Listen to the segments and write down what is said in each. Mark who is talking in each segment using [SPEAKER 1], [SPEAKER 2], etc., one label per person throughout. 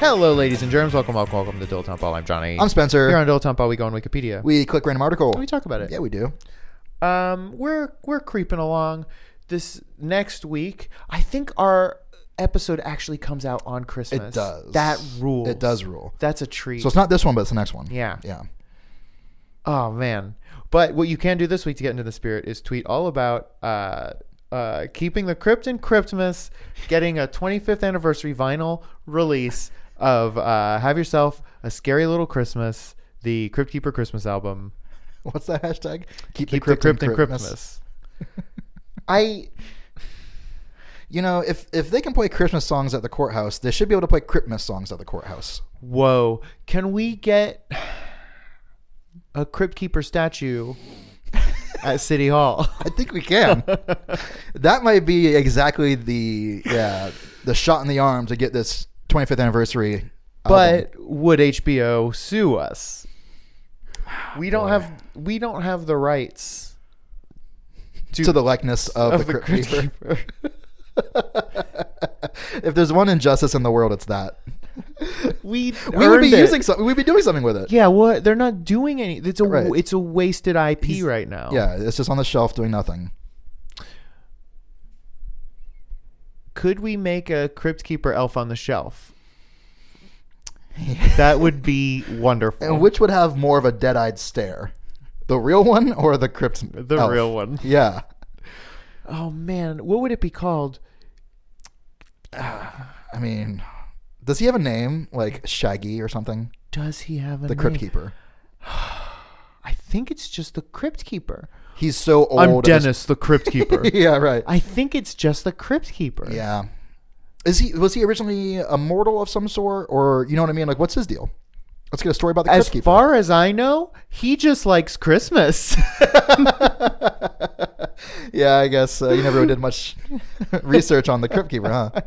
[SPEAKER 1] Hello, ladies and germs. Welcome, welcome, welcome to Dill Temple. I'm Johnny.
[SPEAKER 2] I'm Spencer.
[SPEAKER 1] Here on Dill Temple, we go on Wikipedia.
[SPEAKER 2] we click random article.
[SPEAKER 1] We talk about it.
[SPEAKER 2] Yeah, we do.
[SPEAKER 1] Um, we're we're creeping along. This next week, I think our episode actually comes out on Christmas.
[SPEAKER 2] It does.
[SPEAKER 1] That rules.
[SPEAKER 2] It does rule.
[SPEAKER 1] That's a treat.
[SPEAKER 2] So it's not this one, but it's the next one.
[SPEAKER 1] Yeah.
[SPEAKER 2] Yeah.
[SPEAKER 1] Oh man! But what you can do this week to get into the spirit is tweet all about uh, uh, keeping the crypt in Cryptmas, getting a 25th anniversary vinyl release of uh, "Have Yourself a Scary Little Christmas," the Crypt Keeper Christmas album.
[SPEAKER 2] What's that hashtag? Keep,
[SPEAKER 1] Keep the crypt in
[SPEAKER 2] Cryptmas.
[SPEAKER 1] Cryptmas. I
[SPEAKER 2] You know, if if they can play Christmas songs at the courthouse, they should be able to play Christmas songs at the courthouse.
[SPEAKER 1] whoa! Can we get a Crypt Keeper statue at City Hall?
[SPEAKER 2] I think we can. that might be exactly the yeah the shot in the arm to get this 25th anniversary. album.
[SPEAKER 1] but would HBO sue us? We don't have we don't have the rights
[SPEAKER 2] to the likeness of,
[SPEAKER 1] of
[SPEAKER 2] the,
[SPEAKER 1] the Crypt
[SPEAKER 2] Crypt Keeper.
[SPEAKER 1] Keeper.
[SPEAKER 2] if there's one injustice in the world, it's that.
[SPEAKER 1] We
[SPEAKER 2] We would
[SPEAKER 1] earned
[SPEAKER 2] be
[SPEAKER 1] it.
[SPEAKER 2] using something. We'd be doing something with it.
[SPEAKER 1] Yeah, what they're not doing any. It's a
[SPEAKER 2] Right.
[SPEAKER 1] it's a wasted IP right now.
[SPEAKER 2] Yeah, it's just on the shelf doing nothing.
[SPEAKER 1] could we make a Crypt Keeper elf on the shelf? that would be wonderful.
[SPEAKER 2] And which would have more of a dead-eyed stare, the real one or the crypt?
[SPEAKER 1] the
[SPEAKER 2] elf?
[SPEAKER 1] real one.
[SPEAKER 2] Yeah,
[SPEAKER 1] Oh man, what would it be called?
[SPEAKER 2] I mean, does he have a name like Shaggy or something?
[SPEAKER 1] Does he have a
[SPEAKER 2] The crypt
[SPEAKER 1] name?
[SPEAKER 2] keeper.
[SPEAKER 1] I think it's just the Crypt Keeper.
[SPEAKER 2] He's so old.
[SPEAKER 1] I'm
[SPEAKER 2] at this-
[SPEAKER 1] Dennis, the Crypt Keeper.
[SPEAKER 2] yeah, right.
[SPEAKER 1] I think it's just the Crypt Keeper.
[SPEAKER 2] Yeah. Is he was he originally a mortal of some sort, or you know what I mean? Like, what's his deal? Let's get a story about the
[SPEAKER 1] As
[SPEAKER 2] crypt keeper.
[SPEAKER 1] far as I know, he just likes Christmas.
[SPEAKER 2] yeah, I guess uh, you never did much research on the crypt keeper, huh?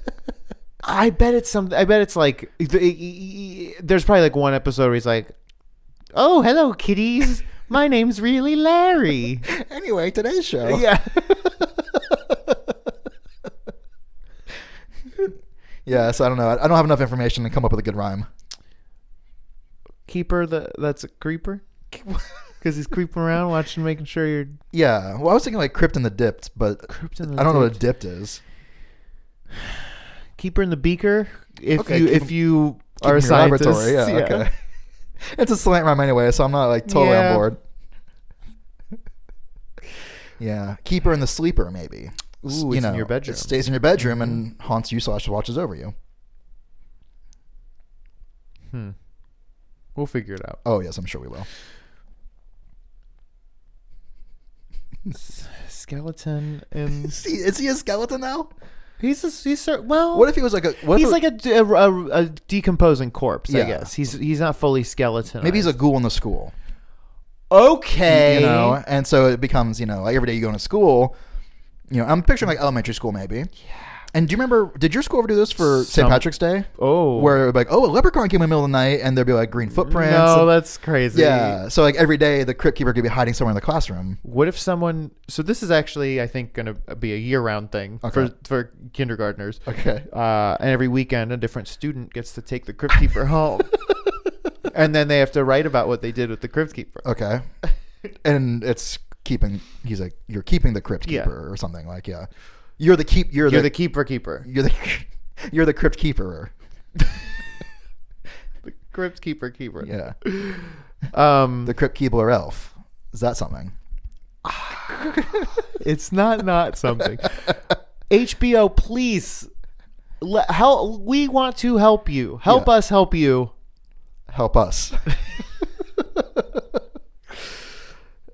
[SPEAKER 1] I bet it's something. I bet it's like there's probably like one episode where he's like, "Oh, hello, kitties. My name's really Larry."
[SPEAKER 2] Anyway, today's show.
[SPEAKER 1] yeah.
[SPEAKER 2] Yeah, so I don't know. I I don't have enough information to come up with a good rhyme.
[SPEAKER 1] Keeper. The that's a creeper. Because he's creeping around, watching, making sure you're.
[SPEAKER 2] Yeah. Well, I was thinking like crypt in the dipped, but
[SPEAKER 1] Crypt in the
[SPEAKER 2] I don't know what a
[SPEAKER 1] Dipped.
[SPEAKER 2] dipped is.
[SPEAKER 1] Keeper in the beaker. If
[SPEAKER 2] Okay,
[SPEAKER 1] you
[SPEAKER 2] keep
[SPEAKER 1] if
[SPEAKER 2] him-
[SPEAKER 1] you are
[SPEAKER 2] Keep
[SPEAKER 1] a
[SPEAKER 2] in your
[SPEAKER 1] scientist,
[SPEAKER 2] laboratory, Yeah, okay. it's a slant rhyme anyway, so I'm not like totally
[SPEAKER 1] Yeah.
[SPEAKER 2] on board. yeah, keeper in the sleeper maybe. S-
[SPEAKER 1] Ooh, it's in your bedroom. Mm-hmm.
[SPEAKER 2] It stays in your bedroom and haunts you slash watches over you.
[SPEAKER 1] We'll figure it out.
[SPEAKER 2] Oh yes, I'm sure we will.
[SPEAKER 1] Skeleton and
[SPEAKER 2] Is he, is he a skeleton now?
[SPEAKER 1] he's a, he's cer- well.
[SPEAKER 2] What if he was like a? What if
[SPEAKER 1] he's
[SPEAKER 2] it-
[SPEAKER 1] like a, d- a- a- a decomposing corpse, I
[SPEAKER 2] Yeah.
[SPEAKER 1] guess. He's he's not fully skeleton.
[SPEAKER 2] maybe he's a ghoul in the school.
[SPEAKER 1] okay.
[SPEAKER 2] you know and so it becomes you know like every day you go to school you know i'm picturing like elementary school maybe yeah and do you remember did your school ever do this for
[SPEAKER 1] Some-
[SPEAKER 2] st patrick's day
[SPEAKER 1] Oh,
[SPEAKER 2] where it would be like oh a leprechaun came in the middle of the night and there'd be like green footprints
[SPEAKER 1] no,
[SPEAKER 2] and-
[SPEAKER 1] that's crazy.
[SPEAKER 2] yeah so like every day the crypt keeper could be hiding somewhere in the classroom
[SPEAKER 1] What if someone? So this is actually, I think, going to be a year-round thing
[SPEAKER 2] Okay.
[SPEAKER 1] for for kindergartners.
[SPEAKER 2] okay
[SPEAKER 1] Uh, and every weekend, a different student gets to take the crypt keeper home, and then they have to write about what they did with the crypt keeper.
[SPEAKER 2] okay and it's keeping he's like you're keeping the crypt
[SPEAKER 1] Yeah.
[SPEAKER 2] keeper or something like yeah you're the keep you're,
[SPEAKER 1] You're the
[SPEAKER 2] the,
[SPEAKER 1] keeper, keeper,
[SPEAKER 2] you're the you're the crypt keeper
[SPEAKER 1] the crypt keeper, keeper.
[SPEAKER 2] yeah
[SPEAKER 1] Um,
[SPEAKER 2] the crypt keeper elf is that something
[SPEAKER 1] It's not not something. HBO, please, le- help. We want to help you. Help
[SPEAKER 2] Yeah.
[SPEAKER 1] us help you.
[SPEAKER 2] help us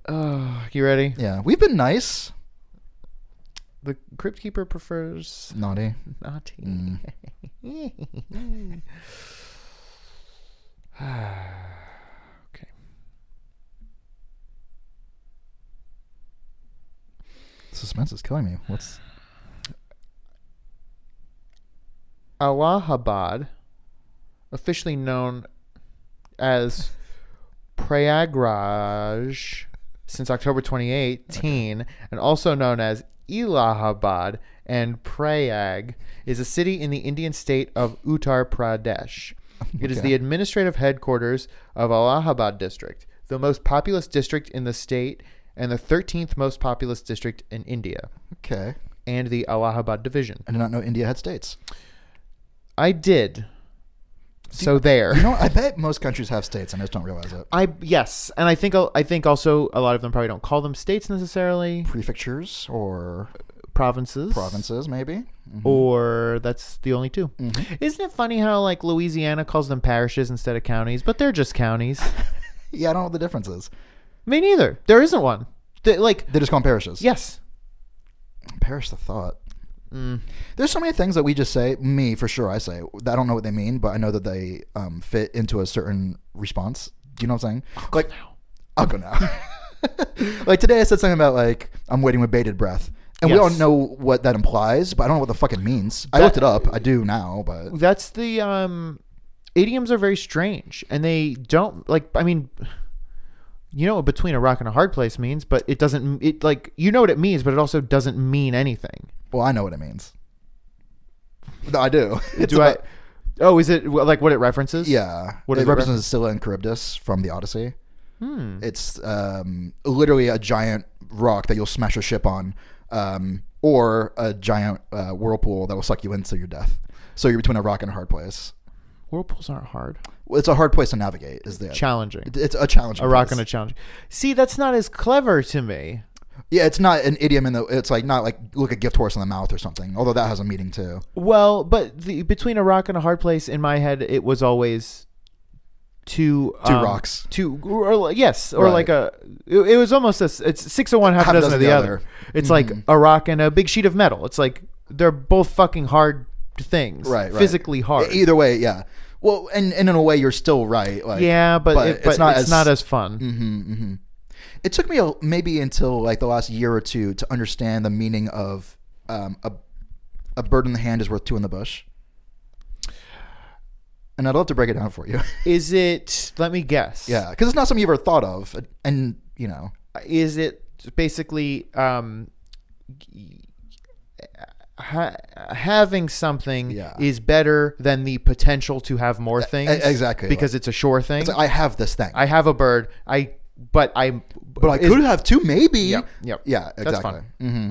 [SPEAKER 1] Oh, you ready?
[SPEAKER 2] Yeah, we've been nice.
[SPEAKER 1] The Crypt Keeper prefers
[SPEAKER 2] Naughty.
[SPEAKER 1] naughty.
[SPEAKER 2] Mm.
[SPEAKER 1] okay.
[SPEAKER 2] Suspense is killing me. What's
[SPEAKER 1] Allahabad, officially known as Prayagraj since October 2018, and also known as Allahabad and Prayag, is a city in the Indian state of Uttar Pradesh. It is
[SPEAKER 2] Okay.
[SPEAKER 1] the administrative headquarters of Allahabad district, the most populous district in the state and the 13th most populous district in India,
[SPEAKER 2] okay?
[SPEAKER 1] and the Allahabad division.
[SPEAKER 2] I did not know India had states.
[SPEAKER 1] I did. So there.
[SPEAKER 2] You know, I bet most countries have states, and I just don't realize it.
[SPEAKER 1] I yes, and I think I think also a lot of them probably don't call them states necessarily,
[SPEAKER 2] Prefectures or
[SPEAKER 1] provinces,
[SPEAKER 2] provinces, maybe.
[SPEAKER 1] Mm.
[SPEAKER 2] Mhm.
[SPEAKER 1] or that's the only 2 is
[SPEAKER 2] Mhm.
[SPEAKER 1] Isn't it funny how like Louisiana calls them parishes instead of counties, but they're just counties.
[SPEAKER 2] Yeah, I don't know what the difference is.
[SPEAKER 1] Me neither. There isn't one. They- like
[SPEAKER 2] They just call them parishes.
[SPEAKER 1] yes,
[SPEAKER 2] Perish the thought.
[SPEAKER 1] Mm.
[SPEAKER 2] There's so many things that we just say. Me, for sure, I say. I don't know what they mean, but I know that they um, fit into a certain response. Do you know what I'm saying? like, I'll go now. like today, I said something about like I'm waiting with bated breath, and we
[SPEAKER 1] Yes.
[SPEAKER 2] don't know what that implies, but I don't know what the fuck it means. I
[SPEAKER 1] That-
[SPEAKER 2] looked it up. I do now, but
[SPEAKER 1] that's the um, idioms are very strange, and they don't like. I mean. You know what between a rock and a hard place means, but it doesn't. It like you know what it means, but it also doesn't mean anything.
[SPEAKER 2] well, I know what it means. No, I do. It's
[SPEAKER 1] Do I?
[SPEAKER 2] about-
[SPEAKER 1] Oh, is it well, like what it references?
[SPEAKER 2] Yeah.
[SPEAKER 1] What
[SPEAKER 2] it
[SPEAKER 1] is it
[SPEAKER 2] represents Scylla and Charybdis from the Odyssey.
[SPEAKER 1] Hmm.
[SPEAKER 2] It's um, literally a giant rock that you'll smash a ship on, um, or a giant uh, whirlpool that will suck you into your death. So you're between a rock and a hard place.
[SPEAKER 1] Whirlpools aren't hard.
[SPEAKER 2] Well, It's a hard place to navigate. Is there?
[SPEAKER 1] Challenging.
[SPEAKER 2] It's a challenge.
[SPEAKER 1] A rock and a challenge. See, that's not as clever to me.
[SPEAKER 2] yeah. It's not an idiom in the. It's like not like look a gift horse in the mouth or something. Although that has a meaning too.
[SPEAKER 1] Well, but the, between a rock and a hard place, in my head, it was always two
[SPEAKER 2] Two
[SPEAKER 1] um,
[SPEAKER 2] rocks.
[SPEAKER 1] Two or like- yes, or
[SPEAKER 2] Right.
[SPEAKER 1] like a. It, it was almost a. s- It's six of one, half,
[SPEAKER 2] Half
[SPEAKER 1] a dozen, of the other. Mm-hmm.
[SPEAKER 2] other.
[SPEAKER 1] It's like a rock and a big sheet of metal. It's like they're both fucking hard things.
[SPEAKER 2] Right. right.
[SPEAKER 1] Physically hard.
[SPEAKER 2] Either way, yeah. Well, and, and in a way, you're still right. Like,
[SPEAKER 1] yeah, but, it, but it's not as, fun.
[SPEAKER 2] Mm-hmm, hmm It took me a, maybe until like the last year or two to understand the meaning of um, a a bird in the hand is worth two in the bush. And I'd love to break it down for you.
[SPEAKER 1] Is it? Let me guess.
[SPEAKER 2] yeah, because it's not something you've ever thought of, and you know,
[SPEAKER 1] is it basically um, ha- having something
[SPEAKER 2] Yeah. E-,
[SPEAKER 1] is better than the potential to have more things?
[SPEAKER 2] exactly.
[SPEAKER 1] because it's a sure thing.
[SPEAKER 2] it's like, I have this thing,
[SPEAKER 1] I have a bird. I but I
[SPEAKER 2] but I
[SPEAKER 1] is-
[SPEAKER 2] could have two, maybe.
[SPEAKER 1] Yep, yep.
[SPEAKER 2] Yeah, exactly.
[SPEAKER 1] fine. Mm-hmm.
[SPEAKER 2] hmm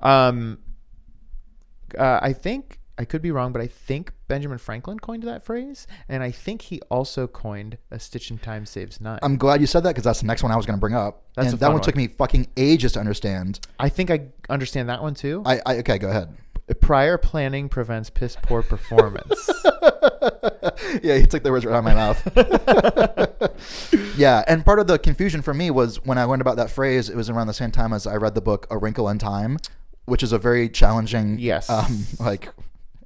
[SPEAKER 1] um uh, I think I could be wrong, but I think Benjamin Franklin coined that phrase, and I think he also coined a stitch in time saves 9
[SPEAKER 2] I'm glad you said that because that's the next one I was going to bring up,
[SPEAKER 1] That's a
[SPEAKER 2] and that
[SPEAKER 1] fun
[SPEAKER 2] one took me fucking ages to understand.
[SPEAKER 1] I think I understand that one too.
[SPEAKER 2] I, I okay, go ahead.
[SPEAKER 1] Prior planning prevents piss poor performance.
[SPEAKER 2] yeah, he took the words right out of my mouth. yeah, and part of the confusion for me was when I learned about that phrase, it was around the same time as I read the book A Wrinkle in Time, which is a very challenging
[SPEAKER 1] Yes.
[SPEAKER 2] um, like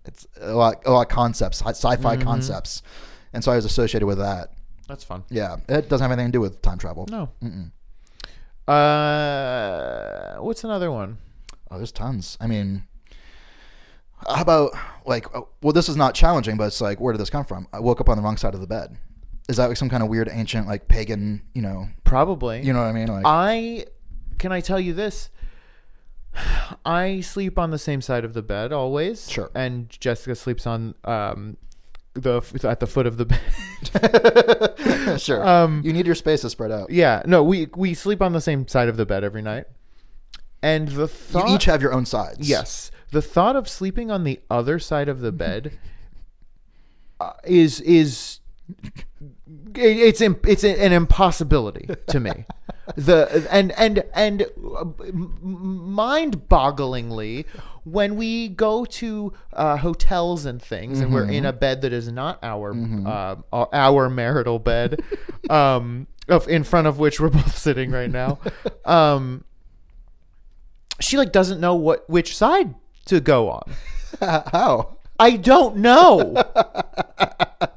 [SPEAKER 2] it's a lot a lot of concepts, hi- sci-fi
[SPEAKER 1] Mm-hmm.
[SPEAKER 2] concepts. And so I was associated with that.
[SPEAKER 1] That's fun.
[SPEAKER 2] Yeah, it doesn't have anything to do with time travel.
[SPEAKER 1] No.
[SPEAKER 2] Mm-mm.
[SPEAKER 1] Uh, what's another one?
[SPEAKER 2] Oh, there's tons. I mean, how about like, oh, well, this is not challenging, but it's like, where did this come from? I woke up on the wrong side of the bed. Is that like some kind of weird ancient, like pagan, you know,
[SPEAKER 1] Probably.
[SPEAKER 2] you know what I mean? Like,
[SPEAKER 1] I can I tell you this? I sleep on the same side of the bed always.
[SPEAKER 2] Sure.
[SPEAKER 1] And Jessica sleeps on um the at the foot of the bed.
[SPEAKER 2] sure.
[SPEAKER 1] um,
[SPEAKER 2] you need your space to spread out.
[SPEAKER 1] yeah. No, we we sleep on the same side of the bed every night. And the thought
[SPEAKER 2] you each have your own sides.
[SPEAKER 1] Yes. The thought of sleeping on the other side of the bed uh, is is it- it's im- it's an impossibility to me. The and and and uh, mind-bogglingly, when we go to uh, hotels and things, and we're in a bed that is not our uh, our marital bed, um, of in front of which we're both sitting right now. um, she like doesn't know what which side to go on.
[SPEAKER 2] How?
[SPEAKER 1] I don't know.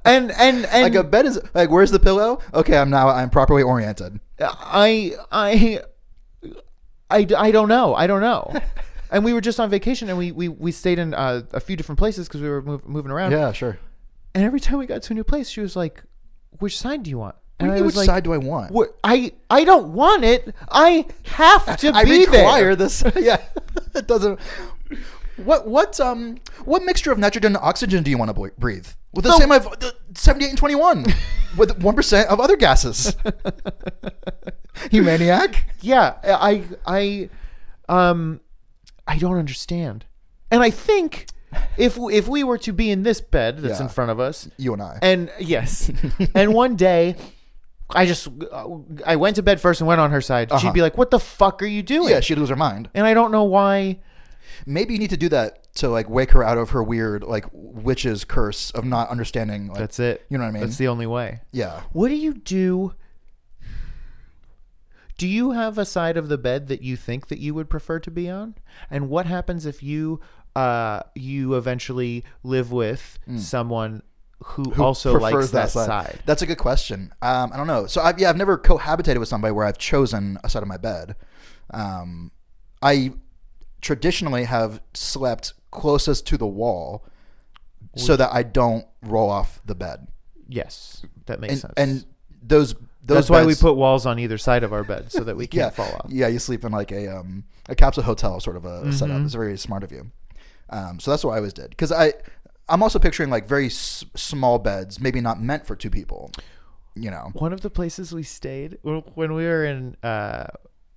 [SPEAKER 1] and and and
[SPEAKER 2] Like a bed is like where's the pillow? Okay, I'm now I'm properly oriented.
[SPEAKER 1] I I I I don't know. I don't know. And we were just on vacation, and we we, we stayed in uh, a few different places because we were move, moving around.
[SPEAKER 2] Yeah, sure.
[SPEAKER 1] And every time we got to a new place, she was like, "Which side do you want?"
[SPEAKER 2] What
[SPEAKER 1] And
[SPEAKER 2] do you mean, which side do I want?
[SPEAKER 1] "Wh- I I don't want it. I have to
[SPEAKER 2] I
[SPEAKER 1] be there.
[SPEAKER 2] require this. Yeah, it doesn't. What what um what mixture of nitrogen and oxygen do you want to bl- breathe? With the
[SPEAKER 1] No.
[SPEAKER 2] same of the seventy eight and twenty one, with one percent of other gases. you maniac!
[SPEAKER 1] Yeah, I I um I don't understand. And I think if if we were to be in this bed that's
[SPEAKER 2] Yeah.
[SPEAKER 1] in front of us,
[SPEAKER 2] You and I.
[SPEAKER 1] and yes, and one day. I just I went to bed first and went on her side.
[SPEAKER 2] Uh-huh.
[SPEAKER 1] She'd be like, "What the fuck are you doing?"
[SPEAKER 2] yeah, she'd lose her mind.
[SPEAKER 1] and I don't know why.
[SPEAKER 2] Maybe you need to do that to like wake her out of her weird like witch's curse of not understanding. Like,
[SPEAKER 1] That's it.
[SPEAKER 2] You know what I mean?
[SPEAKER 1] That's the only way.
[SPEAKER 2] yeah.
[SPEAKER 1] What do you do? Do you have a side of the bed that you think that you would prefer to be on? And what happens if you uh, you eventually live with someone who, also
[SPEAKER 2] Hmm. prefers
[SPEAKER 1] likes that, side?
[SPEAKER 2] That's a good question. Um, I don't know. So I've, yeah, I've never cohabitated with somebody where I've chosen a side of my bed. Um, I traditionally have slept closest to the wall so that I don't roll off the bed.
[SPEAKER 1] Yes, that makes
[SPEAKER 2] And,
[SPEAKER 1] sense.
[SPEAKER 2] and those those
[SPEAKER 1] that's why we
[SPEAKER 2] beds-
[SPEAKER 1] put walls on either side of our bed so that we
[SPEAKER 2] yeah
[SPEAKER 1] can't fall off. Mm-hmm.
[SPEAKER 2] yeah you sleep in like a um a capsule hotel sort of a setup. It's very smart of you. Um, so that's what I always did because I I'm also picturing like very s- small beds, maybe not meant for two people. You know.
[SPEAKER 1] one of the places we stayed w- when we were in uh,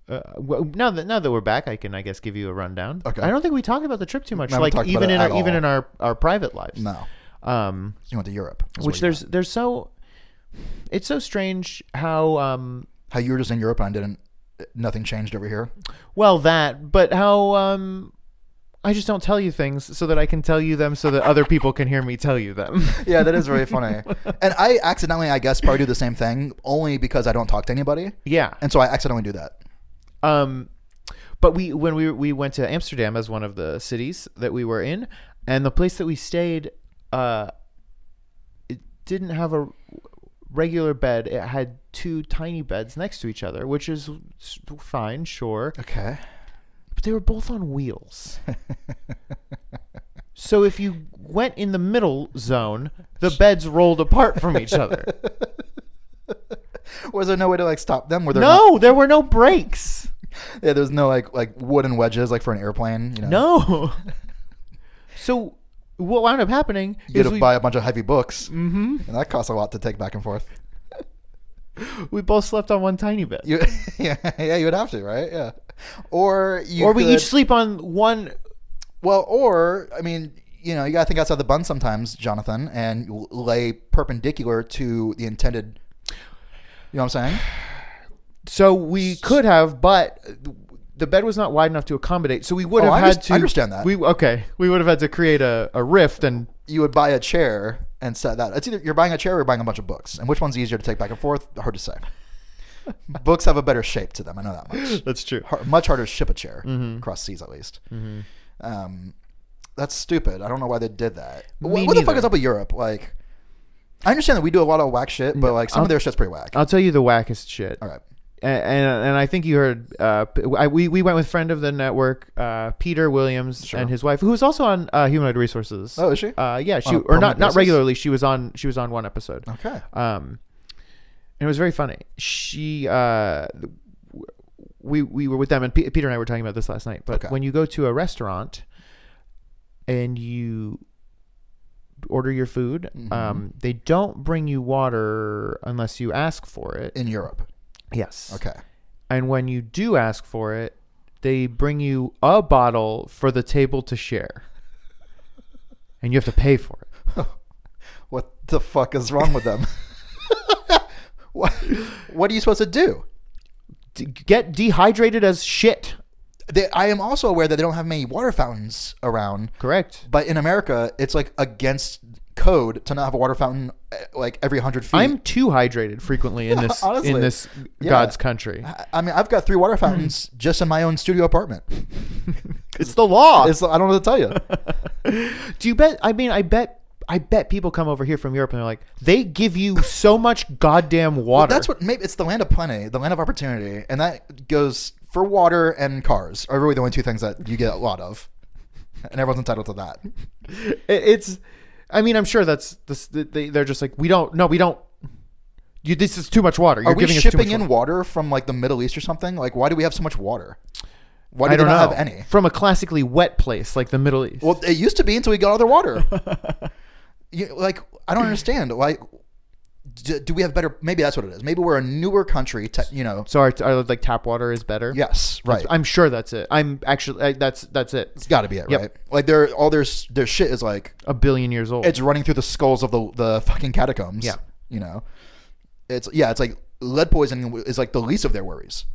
[SPEAKER 1] uh w- now that now that we're back i can i guess give you a rundown
[SPEAKER 2] Okay.
[SPEAKER 1] i don't think we talk about the trip too much
[SPEAKER 2] haven't
[SPEAKER 1] like
[SPEAKER 2] talked about
[SPEAKER 1] even
[SPEAKER 2] it
[SPEAKER 1] in
[SPEAKER 2] at
[SPEAKER 1] our even
[SPEAKER 2] all.
[SPEAKER 1] in our our private lives
[SPEAKER 2] No,
[SPEAKER 1] um
[SPEAKER 2] you went to Europe. is what
[SPEAKER 1] which
[SPEAKER 2] you
[SPEAKER 1] there's there's so it's so strange how um
[SPEAKER 2] meant. how you were just in Europe and I didn't. Nothing changed over here.
[SPEAKER 1] well that but how um I just don't tell you things so that I can tell you them so that other people can hear me tell you them.
[SPEAKER 2] Yeah, that is very funny. and I accidentally, I guess, probably do the same thing only because I don't talk to anybody,
[SPEAKER 1] yeah.
[SPEAKER 2] and so I accidentally do that.
[SPEAKER 1] Um, but we when we we went to Amsterdam as one of the cities that we were in, and the place that we stayed, uh, it didn't have a regular bed. It had two tiny beds next to each other, which is s- fine, sure,
[SPEAKER 2] Okay.
[SPEAKER 1] but they were both on wheels. So if you went in the middle zone, the beds rolled apart from each other.
[SPEAKER 2] Was there no way to like stop them? Were there
[SPEAKER 1] No, there were no breaks.
[SPEAKER 2] yeah, there was no like like wooden wedges like for an airplane. You know.
[SPEAKER 1] No. so what wound up happening
[SPEAKER 2] You
[SPEAKER 1] is
[SPEAKER 2] had to
[SPEAKER 1] we,
[SPEAKER 2] buy a bunch of heavy books, mm-hmm. and that costs a lot to take back and forth.
[SPEAKER 1] we both slept on one tiny bed.
[SPEAKER 2] You, yeah, yeah, you would have to, right? Yeah, or you
[SPEAKER 1] or we
[SPEAKER 2] could-
[SPEAKER 1] each sleep on one
[SPEAKER 2] Well, or I mean, you know, you gotta think outside the bun sometimes, Jonathan, and l- lay perpendicular to the intended. You know what I'm saying?
[SPEAKER 1] so we could have but the bed was not wide enough to accommodate so we would
[SPEAKER 2] Oh,
[SPEAKER 1] have
[SPEAKER 2] I
[SPEAKER 1] had
[SPEAKER 2] underst-
[SPEAKER 1] to
[SPEAKER 2] I understand that.
[SPEAKER 1] we okay we would have had to create a, a rift and
[SPEAKER 2] You would buy a chair and set that. It's either you're buying a chair or you're buying a bunch of books, and which one's easier to take back and forth? Hard to say. books have a better shape to them. I know that much.
[SPEAKER 1] that's true
[SPEAKER 2] Har much harder to ship a chair
[SPEAKER 1] Mm-hmm.
[SPEAKER 2] across seas, at least. Um, that's stupid. I don't know why they did that. Wh-
[SPEAKER 1] Me
[SPEAKER 2] what the fuck
[SPEAKER 1] neither.
[SPEAKER 2] is up with Europe? Like, I understand that we do a lot of whack shit, but like some of their shit's pretty whack.
[SPEAKER 1] i'll tell you the wackest shit
[SPEAKER 2] All right.
[SPEAKER 1] and, and and I think you heard. Uh, p- I, we we went with friend of the network, uh, Peter Williams, and his wife, who was also on uh, Humanoid Resources.
[SPEAKER 2] Oh, is she?
[SPEAKER 1] Uh, yeah, she or
[SPEAKER 2] a
[SPEAKER 1] not
[SPEAKER 2] permanent
[SPEAKER 1] not
[SPEAKER 2] basis?
[SPEAKER 1] regularly. She was on she was on one episode.
[SPEAKER 2] Okay.
[SPEAKER 1] Um, and it was very funny. She uh, w- we we were with them, and P- Peter and I were talking about this last night. But
[SPEAKER 2] Okay.
[SPEAKER 1] when you go to a restaurant and you order your food, um, they don't bring you water unless you ask for it.
[SPEAKER 2] in Europe.
[SPEAKER 1] yes.
[SPEAKER 2] Okay.
[SPEAKER 1] And when you do ask for it, they bring you a bottle for the table to share. And you have to pay for it.
[SPEAKER 2] What the fuck is wrong with them? what, what are you supposed to do?
[SPEAKER 1] D- get dehydrated as shit.
[SPEAKER 2] They, I am also aware that they don't have many water fountains around,
[SPEAKER 1] Correct.
[SPEAKER 2] but in America, it's like against code to not have a water fountain eh, like every hundred feet.
[SPEAKER 1] I'm too hydrated frequently in this
[SPEAKER 2] Honestly.
[SPEAKER 1] in this
[SPEAKER 2] Yeah.
[SPEAKER 1] God's country.
[SPEAKER 2] I- I mean, I've got three water fountains just in my own studio apartment.
[SPEAKER 1] It's the law.
[SPEAKER 2] It's, I don't know what to tell you.
[SPEAKER 1] Do you bet? I mean, I bet. I bet people come over here from Europe and they're like, they give you so much goddamn water.
[SPEAKER 2] That's what maybe it's the land of plenty, the land of opportunity, and that goes for water and cars are really the only two things that you get a lot of, and everyone's entitled to that.
[SPEAKER 1] It- it's. I mean, I'm sure that's this. They, they're just like, we don't. No, we don't. You, this is too much water. You're
[SPEAKER 2] Are we
[SPEAKER 1] giving us too much
[SPEAKER 2] shipping in water from like the Middle East or something? Like, why do we have so much water? Why do
[SPEAKER 1] I
[SPEAKER 2] we
[SPEAKER 1] don't
[SPEAKER 2] not
[SPEAKER 1] know.
[SPEAKER 2] have any?
[SPEAKER 1] From a classically wet place like the Middle East.
[SPEAKER 2] Well, it used to be until we got other water. you, like, I don't understand. Like, do, do we have better? Maybe that's what it is. Maybe we're a newer country. Te- you know.
[SPEAKER 1] so our, our like tap water is better.
[SPEAKER 2] Yes. Right.
[SPEAKER 1] I'm sure that's it. I'm actually I, that's that's it.
[SPEAKER 2] It's got to be it,
[SPEAKER 1] Yep.
[SPEAKER 2] right? Like, their all their s- their shit is like
[SPEAKER 1] A billion years old.
[SPEAKER 2] it's running through the skulls of the the fucking catacombs.
[SPEAKER 1] Yeah.
[SPEAKER 2] You know, it's yeah, it's like lead poisoning is like the least of their worries.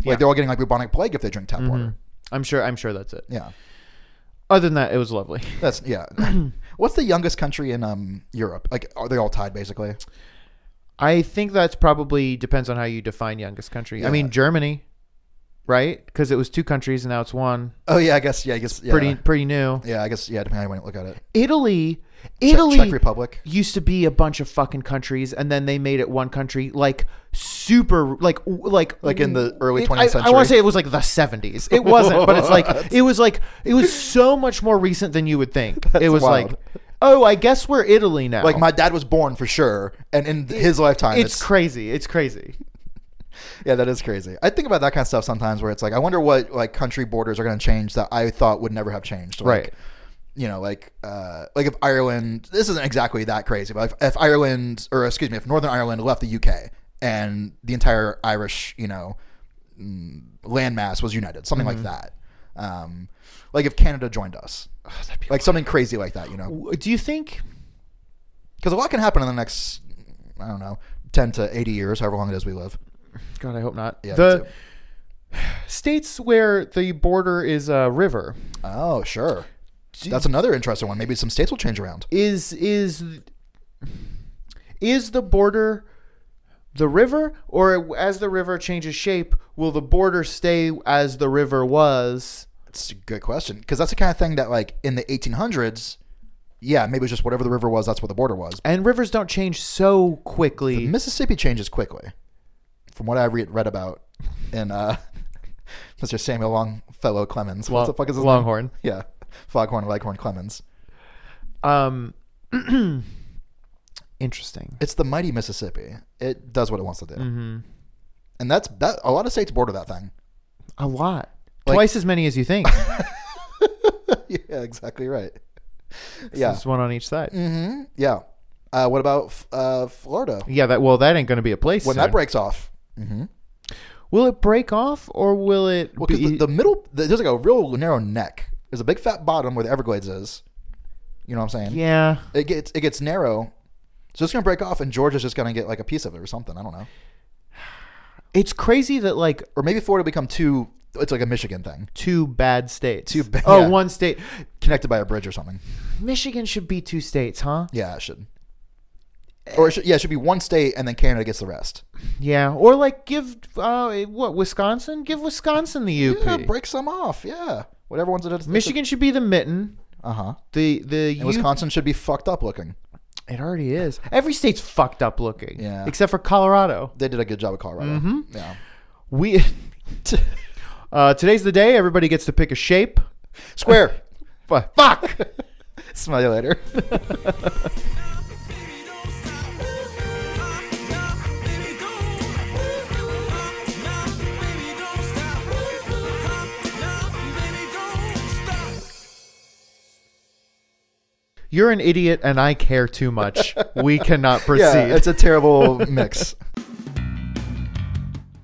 [SPEAKER 2] Like
[SPEAKER 1] Yeah. Mm-hmm.
[SPEAKER 2] they're all getting like bubonic plague if they drink tap water.
[SPEAKER 1] I'm sure. I'm sure that's it.
[SPEAKER 2] Yeah.
[SPEAKER 1] Other than that, it was lovely.
[SPEAKER 2] That's yeah. What's the youngest country in um Europe? Like are they all tied basically?
[SPEAKER 1] I think that's probably depends on how you define youngest country. I mean Germany, right? Because it was two countries and now it's one.
[SPEAKER 2] Oh yeah, I guess yeah, I guess yeah.
[SPEAKER 1] Pretty pretty new.
[SPEAKER 2] yeah, I guess yeah, depending on how you look at it.
[SPEAKER 1] Italy, Italy,
[SPEAKER 2] Czech Republic.
[SPEAKER 1] used to be a bunch of fucking countries, and then they made it one country. Like super, like like
[SPEAKER 2] Like in the early
[SPEAKER 1] it- I,
[SPEAKER 2] 20th
[SPEAKER 1] I want
[SPEAKER 2] century?
[SPEAKER 1] to say it was like the seventies. It wasn't, but it's like it was like it was so much more recent than you would think. it was
[SPEAKER 2] wild.
[SPEAKER 1] like, oh, I guess we're Italy now.
[SPEAKER 2] Like my dad was born for sure, and in his lifetime,
[SPEAKER 1] it's,
[SPEAKER 2] it's,
[SPEAKER 1] crazy. It's crazy.
[SPEAKER 2] yeah, that is crazy. I think about that kind of stuff sometimes, where it's like, I wonder what like country borders are going to change that I thought would never have changed. Like,
[SPEAKER 1] Right.
[SPEAKER 2] you know, like uh, like if Ireland, this isn't exactly that crazy, but if, if Ireland, or excuse me, if Northern Ireland left the UK and the entire Irish, you know, mm, landmass was united, something
[SPEAKER 1] Mm-hmm.
[SPEAKER 2] like that. Um, like if Canada joined us,
[SPEAKER 1] Oh,
[SPEAKER 2] like something crazy like that, you know,
[SPEAKER 1] W- Do you think?
[SPEAKER 2] because a lot can happen in the next, I don't know, ten to eighty years, however long it is we live.
[SPEAKER 1] God, I hope not.
[SPEAKER 2] Yeah, me
[SPEAKER 1] the
[SPEAKER 2] too.
[SPEAKER 1] states where the border is a river
[SPEAKER 2] Oh, sure. That's another interesting one. Maybe some states will change around.
[SPEAKER 1] is is is the border the river or as the river changes shape will the border stay as the river was
[SPEAKER 2] It's a good question because that's the kind of thing that, like, in the 1800s, yeah, maybe it was just whatever the river was, that's where the border was.
[SPEAKER 1] and rivers don't change so quickly
[SPEAKER 2] Mississippi changes quickly, from what I re- read about in uh, Mr. Samuel Longfellow Clemens. what the fuck is his name?
[SPEAKER 1] longhorn
[SPEAKER 2] Yeah, Foghorn Leghorn Clemens.
[SPEAKER 1] um interesting
[SPEAKER 2] It's the mighty Mississippi. It does what it wants to do, mm-hmm. and that's that. A lot of states border that thing.
[SPEAKER 1] a lot
[SPEAKER 2] Like-
[SPEAKER 1] twice as many as you think
[SPEAKER 2] yeah, exactly right. Yeah,
[SPEAKER 1] there's one on each side
[SPEAKER 2] hmm yeah. Uh, what about f- uh, Florida?
[SPEAKER 1] yeah that well that ain't gonna be a place
[SPEAKER 2] when
[SPEAKER 1] soon.
[SPEAKER 2] that breaks off. Mm-hmm.
[SPEAKER 1] will it break off or will it
[SPEAKER 2] Well, 'cause
[SPEAKER 1] be, e-
[SPEAKER 2] the, the middle, the, there's like a real narrow neck. There's a big fat bottom where the Everglades is. You know what I'm saying?
[SPEAKER 1] yeah
[SPEAKER 2] It gets it gets narrow, so it's gonna break off, and Georgia's just gonna get like a piece of it or something. I don't know.
[SPEAKER 1] it's crazy that like
[SPEAKER 2] Or maybe Florida become two. It's like a Michigan thing,
[SPEAKER 1] two bad states. Two
[SPEAKER 2] ba-
[SPEAKER 1] Oh,
[SPEAKER 2] yeah.
[SPEAKER 1] one state.
[SPEAKER 2] connected by a bridge or something.
[SPEAKER 1] Michigan should be two states, huh?
[SPEAKER 2] Yeah, it should. Or it should, yeah, it should be one state, and then Canada gets the rest.
[SPEAKER 1] Yeah. Or like give uh what Wisconsin? Give Wisconsin the UP.
[SPEAKER 2] Yeah, break some off. Yeah, whatever ones it is.
[SPEAKER 1] Michigan should be the mitten.
[SPEAKER 2] Uh huh.
[SPEAKER 1] The the
[SPEAKER 2] And
[SPEAKER 1] U-
[SPEAKER 2] Wisconsin should be fucked up looking.
[SPEAKER 1] It already is. Every state's fucked up looking.
[SPEAKER 2] Yeah.
[SPEAKER 1] Except for Colorado.
[SPEAKER 2] They did a good job at Colorado.
[SPEAKER 1] Mm-hmm.
[SPEAKER 2] Yeah.
[SPEAKER 1] We. uh, today's the day. Everybody gets to pick a shape.
[SPEAKER 2] Square.
[SPEAKER 1] Fu- Fuck.
[SPEAKER 2] Smell you later.
[SPEAKER 3] Baby, don't stop. Nah, baby, don't. Nah, baby, don't stop. Nah, baby, don't stop.
[SPEAKER 1] You're an idiot, and I care too much. we cannot proceed.
[SPEAKER 2] Yeah, it's a terrible mix.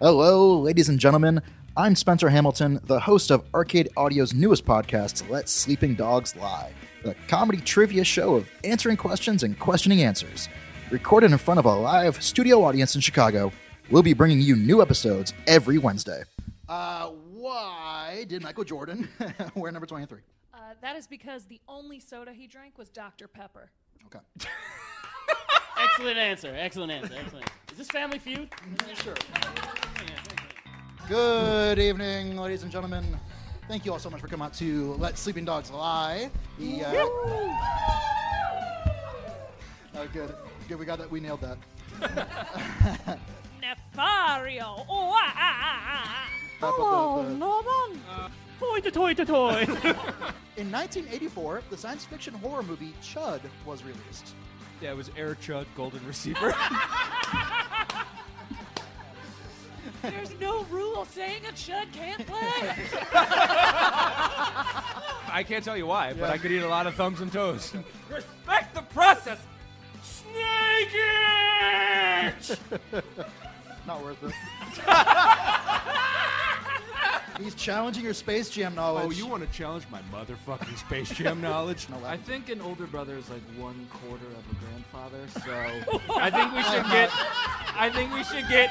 [SPEAKER 2] Hello, ladies and gentlemen. I'm Spencer Hamilton, the host of Arcade Audio's newest podcast, Let Sleeping Dogs Lie, the comedy trivia show of answering questions and questioning answers. Recorded in front of a live studio audience in Chicago, we'll be bringing you new episodes every Wednesday. Uh, why did Michael Jordan wear number 23?
[SPEAKER 4] Uh, that is because the only soda he drank was Dr. Pepper.
[SPEAKER 2] Okay.
[SPEAKER 4] Excellent answer. Excellent answer. Excellent. answer. Is this Family Feud? Sure.
[SPEAKER 2] Good evening, ladies and gentlemen. Thank you all so much for coming out to Let Sleeping Dogs Lie. The, uh, oh, good. Good, we got that. We nailed that.
[SPEAKER 5] Nefario. Oh, ah, ah, ah, ah.
[SPEAKER 2] Hello,
[SPEAKER 5] Norman.
[SPEAKER 4] Toy to toy to toy.
[SPEAKER 2] In 1984, the science fiction horror movie Chud was released.
[SPEAKER 6] Yeah, it was Air Chud Golden Receiver.
[SPEAKER 5] There's no rule saying a chud can't play.
[SPEAKER 6] I can't tell you why, but I could eat a lot of thumbs and toes. Respect the process. Snake it!
[SPEAKER 2] Not worth it. He's challenging your Space Jam knowledge.
[SPEAKER 6] Oh, you want to challenge my motherfucking Space Jam knowledge?
[SPEAKER 2] No,
[SPEAKER 7] I think an older brother is like one quarter of a grandfather, so
[SPEAKER 6] I think we should get. I think we should get.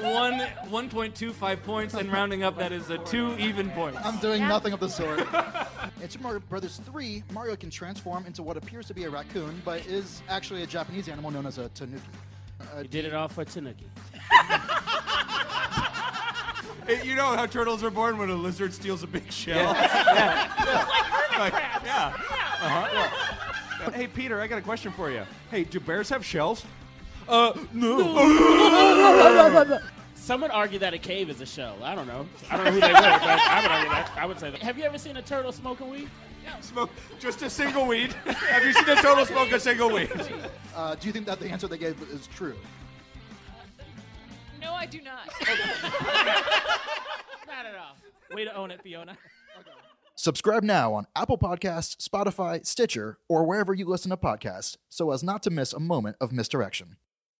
[SPEAKER 7] one one point two five points, and rounding up that is a two even points.
[SPEAKER 2] I'm doing nothing of the sort. In Super Mario Brothers 3, Mario can transform into what appears to be a raccoon, but is actually a Japanese animal known as a tanuki. Uh,
[SPEAKER 4] You did it all for Tanuki.
[SPEAKER 6] Hey, you know how turtles are born when a lizard steals a big shell. Like, yeah. Uh-huh. Hey, Peter, I got a question for you. Hey, do bears have shells? Uh, no.
[SPEAKER 4] Some would argue that a cave is a shell. I don't know. I don't know who they were, but I would argue that. I would say that. Have you ever seen a turtle smoking weed?
[SPEAKER 6] Smoke just a single weed. Have you seen a turtle smoke a single weed?
[SPEAKER 2] uh, do you think that the answer they gave is true?
[SPEAKER 5] no, I do not.
[SPEAKER 4] Not at all.
[SPEAKER 7] Way to own it, Fiona.
[SPEAKER 2] Subscribe now on Apple Podcasts, Spotify, Stitcher, or wherever you listen to podcasts so as not to miss a moment of misdirection.